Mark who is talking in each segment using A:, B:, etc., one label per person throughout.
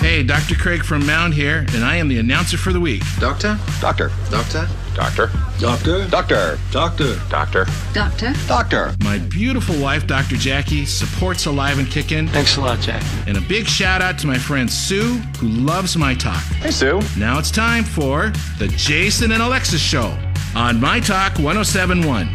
A: Hey, Dr. Craig from Mound here, and I am the announcer for the week.
B: Doctor? Doctor. Doctor? Doctor. Doctor? Doctor. Doctor. Doctor.
C: Doctor.
B: Doctor.
A: My beautiful wife, Dr. Jackie, supports Alive and Kickin'.
B: Thanks a lot, Jack.
A: And a big shout out to my friend Sue, who loves my talk.
B: Hey, Sue.
A: Now it's time for The Jason and Alexis Show on My Talk 1071.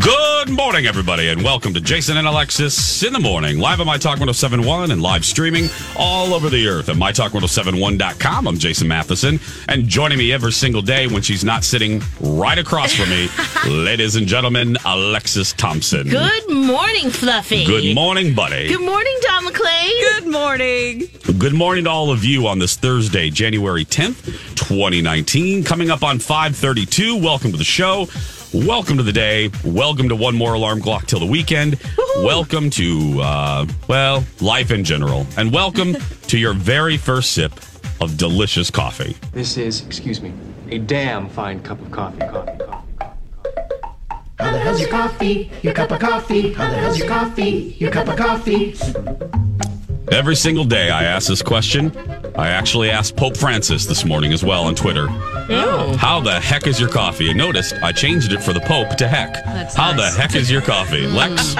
D: Good morning, everybody, and welcome to Jason and Alexis in the morning, live on My Talk 1071 and live streaming all over the earth at MyTalk1071.com. I'm Jason Matheson, and joining me every single day when she's not sitting right across from me, ladies and gentlemen, Alexis Thompson.
E: Good morning, Fluffy.
D: Good morning, buddy.
E: Good morning, Don McClain.
F: Good morning.
D: Good morning to all of you on this Thursday, January 10th, 2019. Coming up on 532, welcome to the show. Welcome to the day. Welcome to one more alarm clock till the weekend. Welcome to, uh, well, life in general. And welcome to your very first sip of delicious coffee.
G: This is, excuse me, a damn fine cup of coffee. Coffee, coffee, coffee, coffee.
H: How the hell's your coffee? Your cup of coffee. How the hell's your coffee? Your cup of coffee.
D: Every single day I ask this question. I actually asked Pope Francis this morning as well on Twitter.
E: Oh.
D: How the heck is your coffee? And noticed I changed it for the Pope to heck. How
F: nice.
D: the heck is your coffee? Lex,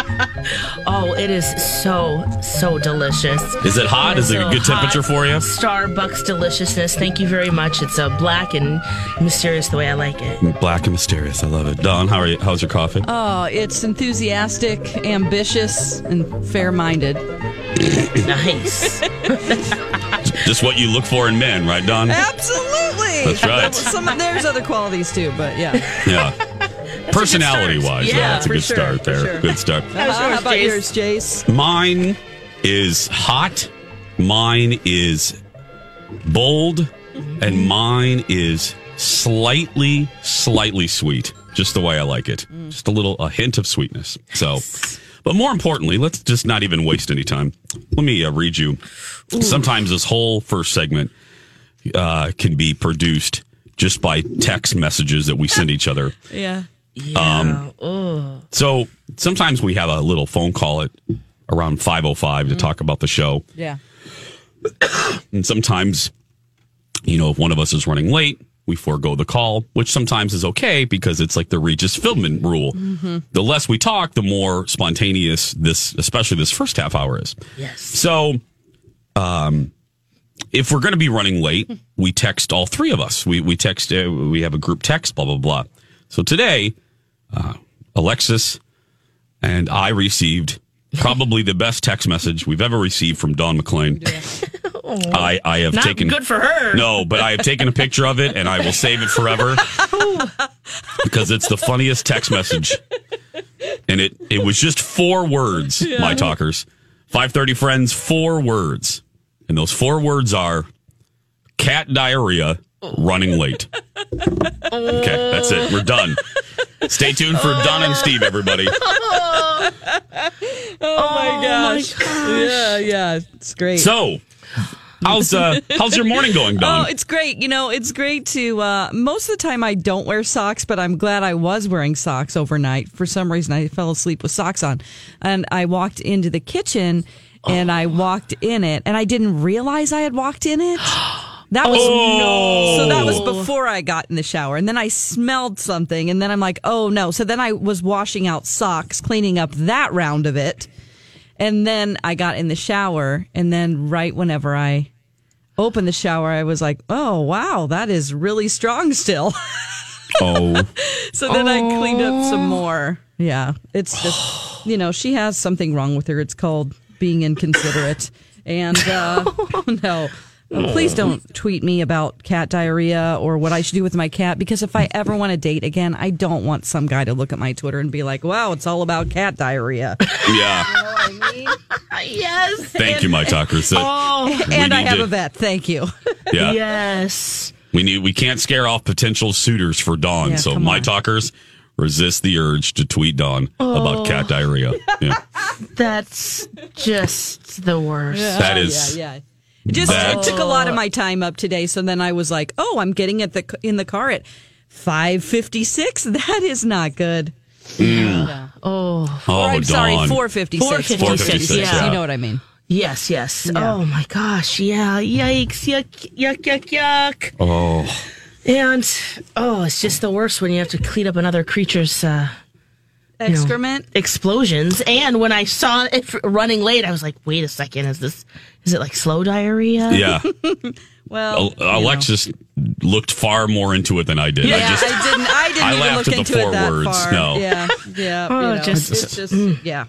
E: Oh, it is so, so delicious.
D: is it hot? Is it a
E: So
D: good temperature
E: hot.
D: for you?
E: Starbucks deliciousness. Thank you very much. It's uh, black and mysterious the way I like it. Uh,
D: Black and mysterious. I love it. Don, how are you? How's your coffee?
F: Oh, it's enthusiastic, ambitious, and fair minded.
E: Nice.
D: Just what you look for in men, right, Don?
F: Absolutely.
D: That's right.
F: Some there's other qualities too, but yeah.
D: Yeah. Personality
E: start.
D: wise, yeah,
E: Yeah,
D: that's a
E: for
D: good
E: sure,
D: start
E: for
D: there.
E: sure.
D: Good start.
F: How about
E: Jace?
F: yours, Jace?
D: Mine is hot. Mine is bold.
E: Mm-hmm.
D: And mine is slightly, slightly sweet. Just the way I like it.
E: Mm.
D: Just a little, a hint of sweetness. So, but more importantly, let's just not even waste any time. Let me uh, read you. Sometimes this whole first segment uh, can be produced just by text messages that we send each other.
F: Yeah.
E: Yeah. Ooh.
D: So sometimes we have a little phone call at around 505 to talk about the show.
F: Yeah.
D: And sometimes, you know, if one of us is running late, we forego the call, which sometimes is okay because it's like the Regis Philbin rule. The less we talk, the more spontaneous this, especially this first half hour is.
E: Yes.
D: So, um, if we're going to be running late, we text all three of us. We we text. Uh, we have a group text. Blah blah blah. So today, uh, Alexis and I received probably the best text message we've ever received from Don McLean. I I have
E: Not
D: taken
E: good for her.
D: No, but I have taken a picture of it and I will save it forever because it's the funniest text message. And it it was just four words, my talkers. 530 friends, four words. And those four words are cat diarrhea
E: Oh.
D: running late. Okay, that's it. We're done. Stay tuned for Don and Steve, everybody.
F: Oh, my gosh. Yeah, yeah. It's great.
D: So, how's uh, how's your morning going,
F: Oh,
D: Don?
F: it's great. You know, it's great to. Uh, most of the time, I don't wear socks, but I'm glad I was wearing socks overnight. For some reason, I fell asleep with socks on, and I walked into the kitchen, and I walked in it, and I didn't realize I had walked in it. That was
D: Oh, no.
F: so. That was before I got in the shower, and then I smelled something, and then I'm like, oh no. So then I was washing out socks, cleaning up that round of it. And then I got in the shower, and then right whenever I opened the shower, I was like, "Oh wow, that is really strong still."
D: Oh,
F: so then I cleaned up some more. Oh. Yeah, it's just you know she has something wrong with her. It's called being inconsiderate. And uh, no, Uh, please don't tweet me about cat diarrhea or what I should do with my cat because if I ever want to date again, I don't want some guy to look at my Twitter and be like, "Wow, it's all about cat diarrhea."
D: yeah.
E: Yes.
D: Thank you, my talkers.
E: Oh,
F: and I
D: need
F: have
D: to-
F: a vet. Thank you.
D: yeah.
E: yes.
D: We need we can't scare off potential suitors for Dawn.
F: Yeah,
D: so
F: come
D: my
F: on.
D: talkers resist the urge to tweet Dawn
F: Oh.
D: about cat diarrhea. Yeah.
E: That's just the worst.
D: That is
F: yeah. It just
D: That-
F: it took a lot of my time up today. So then I was like, oh, I'm getting at the in the car at five fifty six. That is not good.
D: oh
F: or I'm
D: Dawn.
F: sorry, four fifty six.
E: 456, yeah.
F: You know what I mean?
E: Yes, yes. Oh my gosh. Yeah. Yikes. Yuck, yuck, yuck, yuck.
D: Oh.
E: And oh, it's just the worst when you have to clean up another creature's uh, you know,
F: Excrement.
E: explosions. And when I saw it f- running late, I was like, wait a second, is this is it like slow diarrhea?
D: Yeah.
F: Well,
D: Al- Alexis looked far more into it than I did.
F: yeah,
D: I
F: I,
D: just
F: didn't. I didn't
D: I
F: even
D: laughed
F: look
D: at the
F: into
D: four
F: it that
D: words,
F: far.
D: no.
F: Yeah, yeah.
E: Oh,
F: you know,
E: just- Mm.
F: it's just yeah.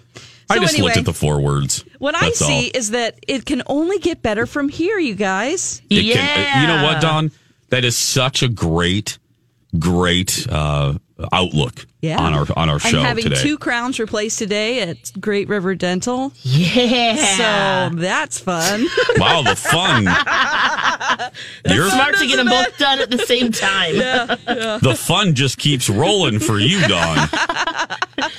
F: So
D: I just
F: anyway,
D: looked at the four words.
F: what I
D: That's all.
F: see is that it can only get better from here, you guys.
D: It can- uh, you know
E: Yeah.
D: what, Don? That is such a great, great uh, outlook
F: Yeah.
D: on our on our show
F: I'm having
D: today.
F: two crowns replaced today at Great River Dental.
E: Yeah.
F: So that's fun.
D: wow, the fun! You're
E: smart to get them both done at the same time.
D: the fun just keeps rolling for you, Don.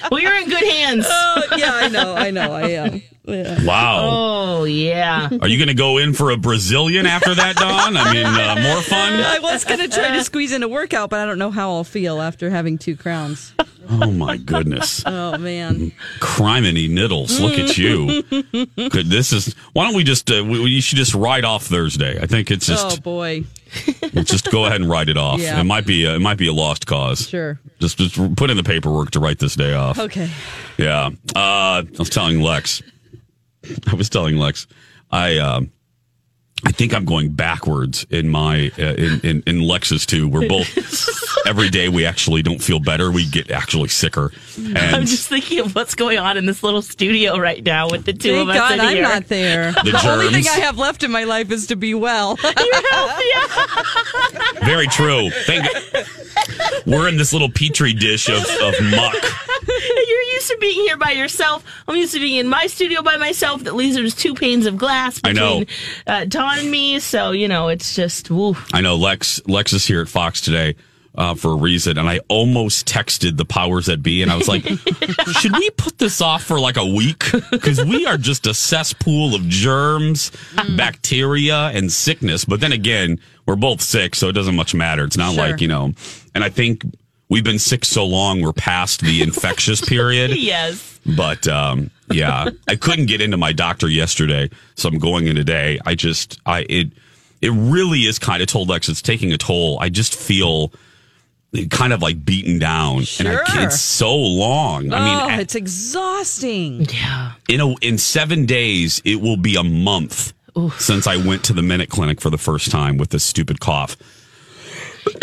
E: Well, you're in good hands.
D: Oh.
F: Oh, yeah, I know, I know, I um, am.
D: Wow.
E: Oh yeah.
D: Are you going to go in for a Brazilian after that, Don? I mean, uh, more fun?
F: I was gonna try to squeeze in a workout, but I don't know how I'll feel after having two crowns.
D: Oh my goodness.
F: Oh man,
D: Criminy niddles. Look at you. Good. This is. Why don't we just? Uh, we, we- you should just ride off Thursday. I think it's
F: oh
D: just.
F: boy,
D: Just go ahead and write it off.
F: Oh. Yeah.
D: It might be. A, it might be a lost cause.
F: sure,
D: Just, just put in the paperwork to write this day off.
F: okay.
D: Yeah. Uh, I was telling Lex. I was telling Lex. I. Um, I think I'm going backwards in my uh, in, in in Lex's too. We're both every day we actually don't feel better. We get actually sicker. And
E: I'm just thinking of what's going on in this little studio right now with the two
F: Thank
E: of us
F: God
E: in
F: I'm
E: here.
F: not there.
D: The
F: The, only thing
D: germs.
F: I have left in my life is to be well.
D: Very true. Thank We're in this little petri dish of, of muck.
E: You're used to being here by yourself. I'm used to being in my studio by myself. That leaves there's two panes of glass
D: I
E: between
D: know.
E: Uh, Dawn and me. So you know, it's just woo.
D: I know Lex Lex is here at Fox today uh, for a reason, and I almost texted the powers that be, and I was like, "Should we put this off for like a week? Because we are just a cesspool of germs, bacteria, and sickness." But then again, we're both sick, so it doesn't much matter. It's not
F: Sure.
D: like you know, and I think. We've been sick so long, we're past the infectious period.
E: Yes.
D: But um, yeah, I couldn't get into my doctor yesterday, so I'm going in today. I just I it it really is kind of told Lex it's taking a toll. I just feel kind of like beaten down, and I,
F: Sure.
D: can't- it's so long. I mean,
F: oh,
D: at-
F: it's exhausting.
E: Yeah.
D: in a, in seven days, it will be a month since I went to the minute clinic for the first time with this stupid cough.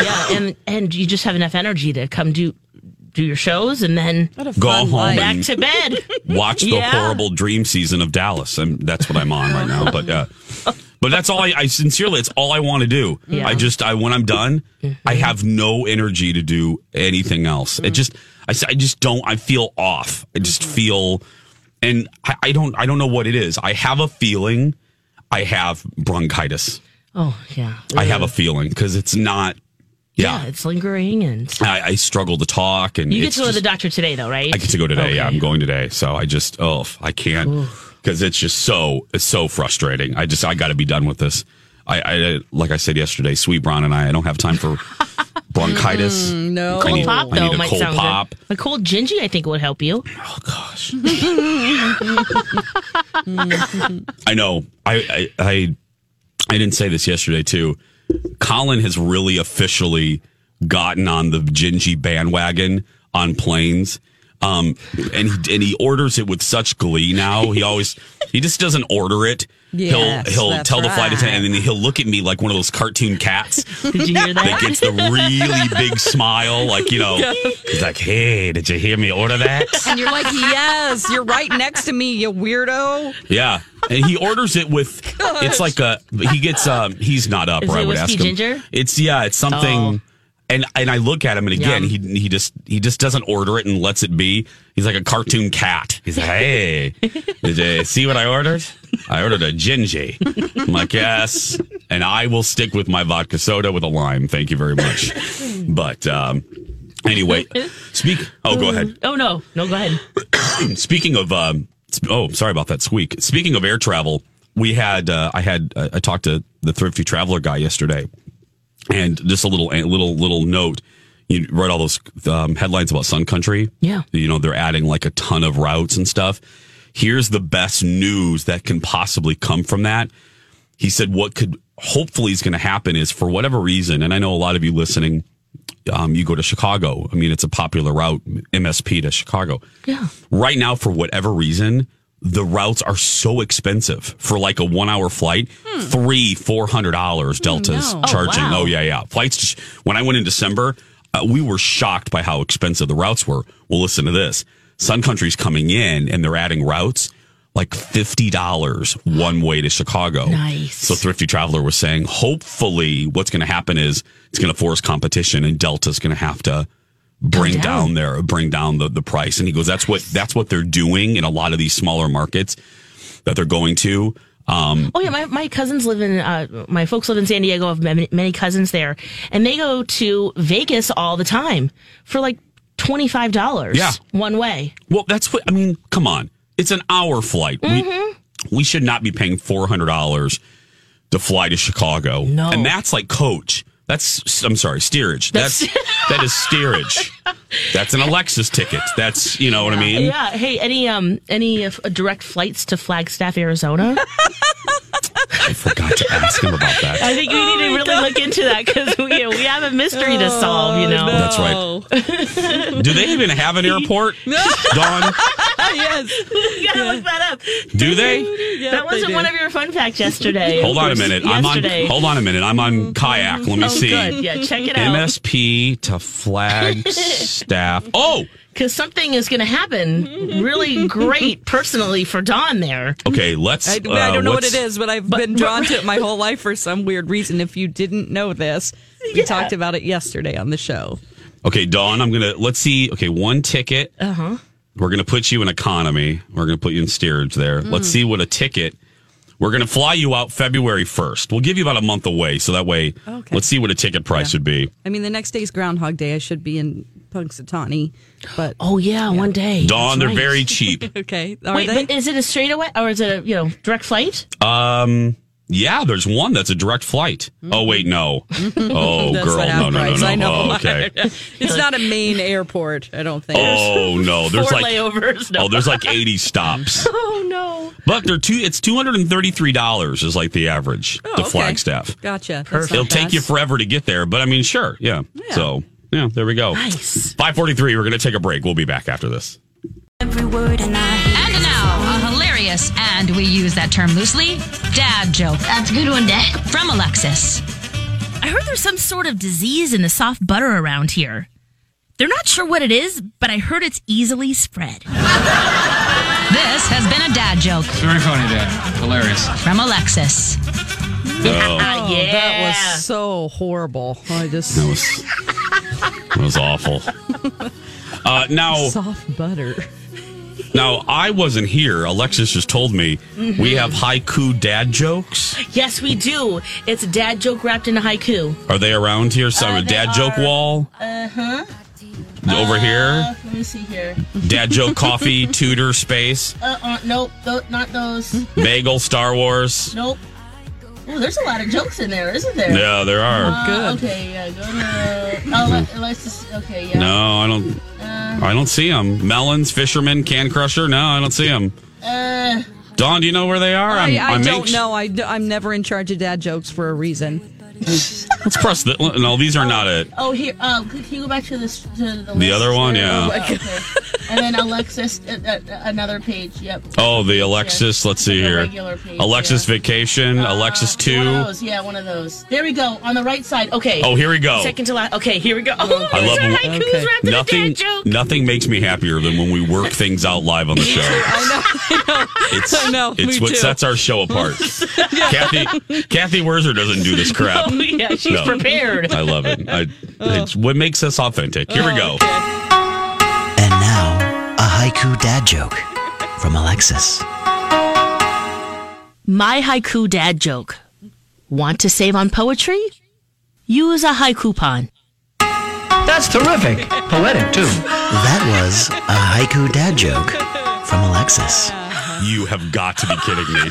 E: Yeah. And and you just have enough energy to come do do your shows and then
D: Go
F: fun
D: home,
F: life.
E: back
D: and
E: to bed.
D: watch the
E: Yeah.
D: horrible dream season of Dallas, and that's what I'm on right now. But uh, but that's all I, I sincerely, it's all I want to do. I just, I when I'm done, I
E: Mm-hmm.
D: have no energy to do anything else. It just, I, s- I just don't. I feel off. I just
E: Mm-hmm.
D: feel, and I, I don't, I don't know what it is. I have a feeling. I have bronchitis.
E: oh yeah.
D: I have a feeling because it's not.
E: yeah.
D: Yeah,
E: It's lingering and
D: I, I struggle to talk, and
E: you get
D: it's
E: to go to
D: just-
E: the doctor today though, right?
D: I get to go today. Yeah,
E: Okay.
D: I'm going today. So I just, oh, I can't because it's just so, it's so frustrating. I just, I got to be done with this. I, I, like I said yesterday, Sweet Brown and I, I don't have time for bronchitis.
F: no.
D: I
E: Mm, Cold
D: need,
E: pop
D: I
E: though
D: need a
E: might
D: cold
E: sound
D: pop.
E: good. A cold gingy, I think, would help you.
D: Oh gosh. I know. I, I I I didn't say this yesterday too. Colin has really officially gotten on the gingy bandwagon on planes. Um, and he, and he orders it with such glee. Now he always he just doesn't order it.
F: Yes,
D: he'll he'll
F: that's
D: tell the flight attendant,
F: right.
D: and then he'll look at me like one of those cartoon cats
E: Did you hear
D: that
E: that?
D: gets the really big smile, like you know, he's like, "Hey, did you hear me order that?"
F: And you're like, yes, you're right next to me, you weirdo.
D: Yeah, and he orders it with. It's like a he gets. Um, he's not up.
E: Is
D: or I
E: it
D: would
E: whiskey
D: ask him.
E: ginger?
D: It's yeah. It's something.
E: Oh.
D: And and I look at him, and again,
E: Yum.
D: he he just he just doesn't order it and lets it be. He's like a cartoon cat. He's like, hey, did you see what I ordered? I ordered a gingy. I'm like, yes, and I will stick with my vodka soda with a lime. Thank you very much. But um, anyway, speak. Oh, go ahead.
E: Oh no, no, go ahead.
D: Speaking of, um, sp- oh, sorry about that squeak. Speaking of air travel, we had uh, I had uh, I talked to the thrifty traveler guy yesterday, and just a little a little little note. You read all those um, headlines about Sun Country.
E: Yeah.
D: you know they're adding like a ton of routes and stuff. Here's the best news that can possibly come from that he said what could hopefully is going to happen is for whatever reason and i know a lot of you listening um, you go to chicago i mean it's a popular route msp to chicago
E: Yeah.
D: right now for whatever reason the routes are so expensive for like a one hour flight three four hundred dollars deltas
F: no.
D: charging
E: wow.
D: oh yeah yeah flights to, when i went in december uh, we were shocked by how expensive the routes were well listen to this sun country's coming in and they're adding routes like $50 one way to chicago
E: Nice.
D: so Thrifty Traveler was saying, hopefully, what's going to happen is it's going to force competition, and Delta's going to have to bring down.
E: down.
D: their bring down the, the price. And he goes, that's what that's what they're doing in a lot of these smaller markets that they're going to. Um,
E: Oh yeah, my, my cousins live in uh, my folks live in San Diego. I have many, many cousins there, and they go to Vegas all the time for like twenty five dollars.
D: Yeah.
E: one way.
D: well, that's what I mean. Come on, it's an hour flight.
E: Mm-hmm.
D: We, we should not be paying four hundred dollars to fly to Chicago.
E: No.
D: and that's like coach. That's I'm sorry, steerage. That's that is steerage. That's an Alexis ticket. That's you know what I mean.
E: Yeah. Hey, any um any uh, direct flights to Flagstaff, Arizona?
D: I forgot to ask him about that.
E: I think we
D: Oh
E: need to really look into that because we, we have a mystery to solve. You know.
D: That's right. Do they even have an airport? Dawn,
F: yes.
E: You gotta look that up.
D: do they?
E: that wasn't
F: they
E: one
F: do.
E: of your fun facts yesterday.
D: Hold on a minute. I'm on.
E: Yesterday.
D: Hold on a minute. I'm
F: Mm-hmm.
D: on kayak. Let me
E: Oh,
D: see.
E: good. Yeah, check it out.
D: MSP to Flagstaff. Oh,
E: because something is going to happen really great personally for Dawn there.
D: okay. Let's.
F: I, I
D: uh,
F: don't know what
D: what's-
F: it is, but I've been drawn to it my whole life for some weird reason. If you didn't know this, we talked about it yesterday on the show.
D: Okay, Dawn. I'm gonna. Let's see. Okay, one ticket. Uh huh.
F: Uh-huh.
D: We're gonna put you in economy. We're gonna put you in steerage there.
F: Mm.
D: Let's see what a ticket. We're gonna fly you out February 1st. We'll give you about a month away, so that way.
F: Okay.
D: Let's see what a ticket price would be.
F: I mean, the next day's Groundhog Day. I should be in Punxsutawney, but
E: Oh yeah, one day.
D: Dawn, they're
E: That's right.
D: very cheap.
F: okay. Are
E: Wait,
F: they?
E: but is it a straightaway or is it a you know direct flight?
D: Um, yeah, there's one that's a direct flight. Oh wait, no. Oh
F: Mm-hmm. That's
D: girl,
F: what
D: no, no, no,
F: happens.
D: no.
F: I know.
D: Oh, okay.
F: it's not a main airport. I don't think.
D: Oh no, there's
E: Four
D: like
E: layovers. No.
D: oh, there's like 80 stops.
E: Oh no.
D: But they're two. It's 233 dollars is like the average to
F: Oh, okay.
D: Flagstaff.
F: Gotcha. That's not
D: It'll take
F: bad.
D: you forever to get there, but I mean, sure, yeah. So yeah, there we go.
E: Nice.
D: 543. We're gonna take a break. We'll be back after this.
C: And now, a hilarious, and we use that term loosely, dad joke. That's a good one, Dad. From Alexis.
E: I heard there's some sort of disease in the soft butter around here. They're not sure what it is, but I heard it's easily spread.
C: This has been a dad joke
G: Very funny, Dad. Hilarious.
C: from Alexis.
E: Ah, yeah.
F: That was so horrible. I just
D: That was that was awful. Uh, now
F: soft butter.
D: Now, I wasn't here. Alexis just told me we have haiku dad jokes.
E: Yes, we do. It's a dad joke wrapped in a haiku.
D: Are they around here? Some
E: Uh, they
D: dad joke
E: are.
D: wall? Uh huh. Over here?
E: Let me see here.
D: Dad joke coffee, Tudor space,
E: Uh, uh nope, not those.
D: bagel, Star Wars.
E: Nope. Oh, there's a lot of jokes in there, isn't there?
D: Yeah, there are.
F: Good.
E: Uh, Okay, yeah, go to. Oh, let, us just. Okay, yeah.
D: Hmm. No, I don't. I don't see them. Melons, fisherman, can crusher. No, I don't see them.
E: Uh,
D: Dawn, do you know where they are?
F: I, I don't
D: anx-
F: know. I, am never in charge of dad jokes for a reason.
D: Let's press the. No, these are not it.
I: uh,
E: oh, here. Um, can you go back to this? To the
D: other one,
E: there?
D: yeah.
E: Oh, okay.
I: and then Alexis, uh, uh, another page. Yep.
D: Oh, the Alexis. Let's see
I: The
D: here.
I: regular page,
D: Alexis Vacation,
I: Uh, One
D: Alexis
I: of
D: Two.
I: those. Yeah, one of those. There we go. On the right side. Okay.
D: Oh, here we go. Second
I: to last. Okay, here we go.
D: I love nothing. Nothing makes me happier than when we work things out live on the show. It's,
F: I know.
D: It's
F: me
D: what
F: too.
D: sets our show apart. Kathy Kathy Werzer doesn't do this crap.
F: Oh, yeah, she's prepared. Oh.
D: I love it. I, It's what makes us authentic. Here we go.
J: A haiku dad joke from Alexis.
E: My haiku dad joke. Want to save on poetry? Use a haiku pon.
J: That's terrific. Poetic, too. That was a haiku dad joke from Alexis.
D: You have got to be kidding me.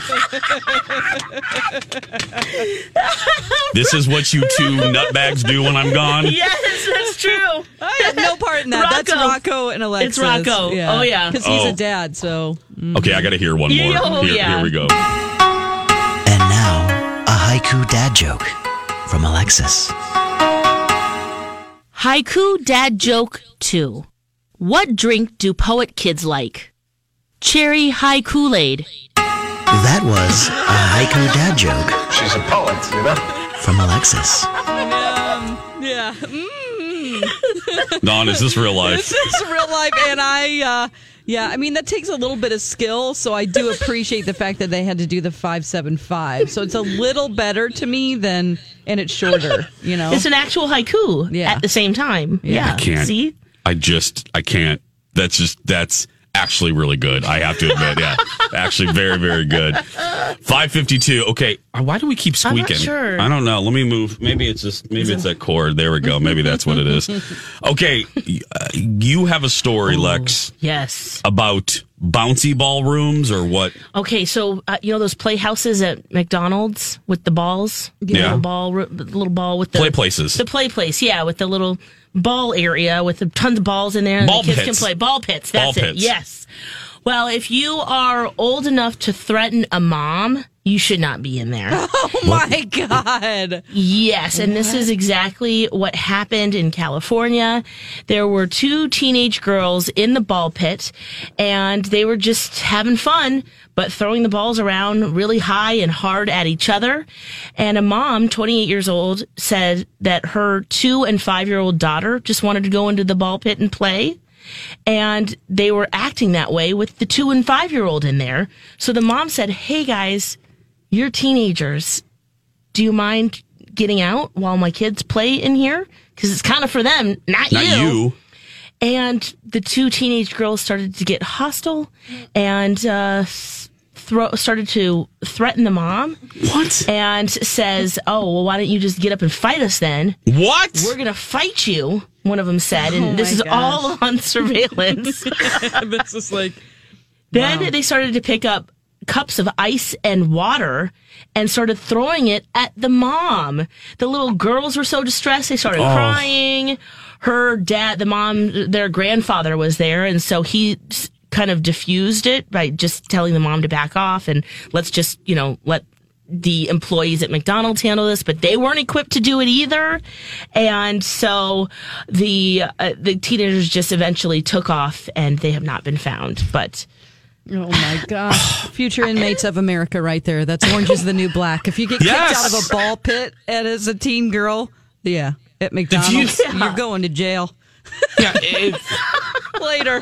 D: This is what you two nutbags do when I'm gone.
E: yes, that's true.
F: I had no part in that. That's Rocco and Alexis.
E: It's Rocco. Oh, yeah.
F: because he's
D: Oh.
F: a dad. So
D: Okay, I got to hear one
F: Yeah,
D: more.
F: oh,
D: here,
F: yeah.
D: here we go.
J: A haiku dad joke from Alexis.
E: Haiku dad joke two. What drink do poet kids like? Cherry high Kool Aid.
J: That was a haiku dad joke. She's a poet, you know? From Alexis.
F: yeah. Mm.
D: Don, is this real life?
F: This is real life, and I. Uh, yeah, I mean that takes a little bit of skill, so I do appreciate the fact that they had to do the five seven five. So it's a little better to me than, and it's shorter. You know,
E: It's an actual haiku at the same time. Yeah.
D: I can't.
E: See?
D: I just, I can't. That's just, that's actually really good. I have to admit. Yeah. actually, very, very good. 552. Okay. Uh, Why do we keep
E: I'm not
D: squeaking?
E: sure.
D: I don't know. Let me move. Maybe it's just, maybe it's that cord. There we go. Maybe that's what it is. Okay. y- uh, You have a story, Lex,
E: Yes.
D: about bouncy ballrooms or what?
E: Okay, so uh, you know those playhouses at McDonald's with the balls,
D: Yeah.
E: the little ball, the little ball with the
D: Play places.
E: the play place, yeah, with the little ball area with the tons of balls in there, and
D: Ball
E: the kids
D: pits.
E: can play ball pits. That's
D: Ball
E: it.
D: pits.
E: Yes. Well, if you are old enough to threaten a mom, you should not be in there.
F: Oh my god.
E: Yes, and this is exactly what happened in California. There were two teenage girls in the ball pit and they were just having fun, but throwing the balls around really high and hard at each other. And a mom, 28 years old, said that her two and five year old daughter just wanted to go into the ball pit and play and they were acting that way with the two and five year old in there. So the mom said, Hey guys, you're teenagers. Do you mind getting out while my kids play in here? Because it's kind of for them, not,
D: Not you.
E: And the two teenage girls started to get hostile and uh, s- throw, started to threaten the mom.
D: What?
E: And says, Oh, well, why don't you just get up and fight us then?
D: What?
E: We're going to fight you, one of them said. And
F: Oh
E: this
F: my
E: is
F: gosh.
E: all on surveillance.
F: this is like.
E: Then
F: Wow.
E: they started to pick up cups of ice and water and started throwing it at the mom. The little girls were so distressed, they started
K: Oh.
E: crying. Her dad, the mom, their grandfather was there, and so he s- kind of diffused it by just telling the mom to back off and let's just, you know, let the employees at McDonald's handle this, but they weren't equipped to do it either. And so the uh, the teenagers just eventually took off and they have not been found, but
F: Oh my gosh. Future inmates of America right there. That's Orange is the New Black. If you get kicked
E: Yes.
F: out of a ball pit and as a teen girl, yeah, at McDonald's, you, are going to jail. Later.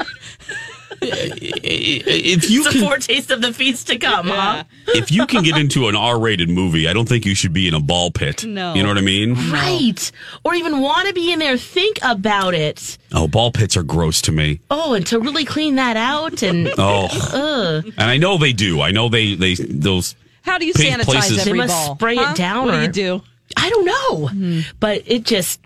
D: If you
E: it's
D: can
E: a foretaste of the feast to come, huh?
D: if you can get into an R-rated movie, I don't think you should be in a ball pit.
E: No.
D: You know what I mean?
E: Right. Or even want to be in there, think about it.
D: Oh, ball pits are gross to me.
E: Oh, and to really clean that out and
D: Oh.
E: Ugh.
D: And I know they do. I know they they those
F: How do you
D: pink
F: sanitize
D: places-
F: every
E: They must
F: ball?
E: spray
F: Huh?
E: it down.
F: What do
E: or-
F: you do?
E: I don't know, but it just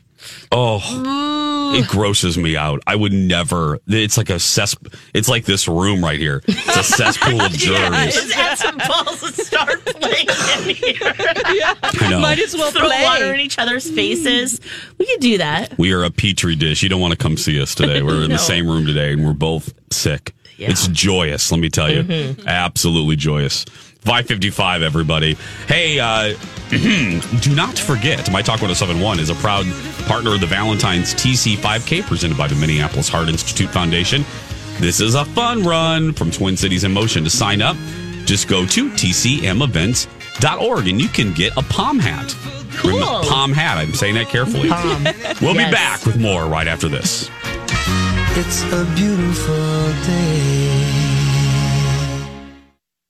D: Oh, it grosses me out. I would never. It's like a cess. It's like this room right here. It's a cesspool of germs.
E: Just add some balls and start playing in here.
D: I know. Might
F: as well
E: throw
F: play.
E: water in each other's faces. We could do that.
D: We are a petri dish. You don't want to come see us today. We're in
E: No.
D: the same room today, and we're both sick.
E: Yeah.
D: It's joyous. Let me tell you,
E: Mhm.
D: absolutely joyous. Five fifty-five, everybody. Hey, uh, do not forget, My Talk 1071 is a proud partner of the Valentine's TC5K presented by the Minneapolis Heart Institute Foundation. This is a fun run from Twin Cities in Motion. To sign up, just go to tcmevents.org and you can get a palm hat. Cool. Palm hat. I'm saying that carefully.
J: Palm.
D: We'll
J: Yes.
D: be back with more right after this.
J: It's a beautiful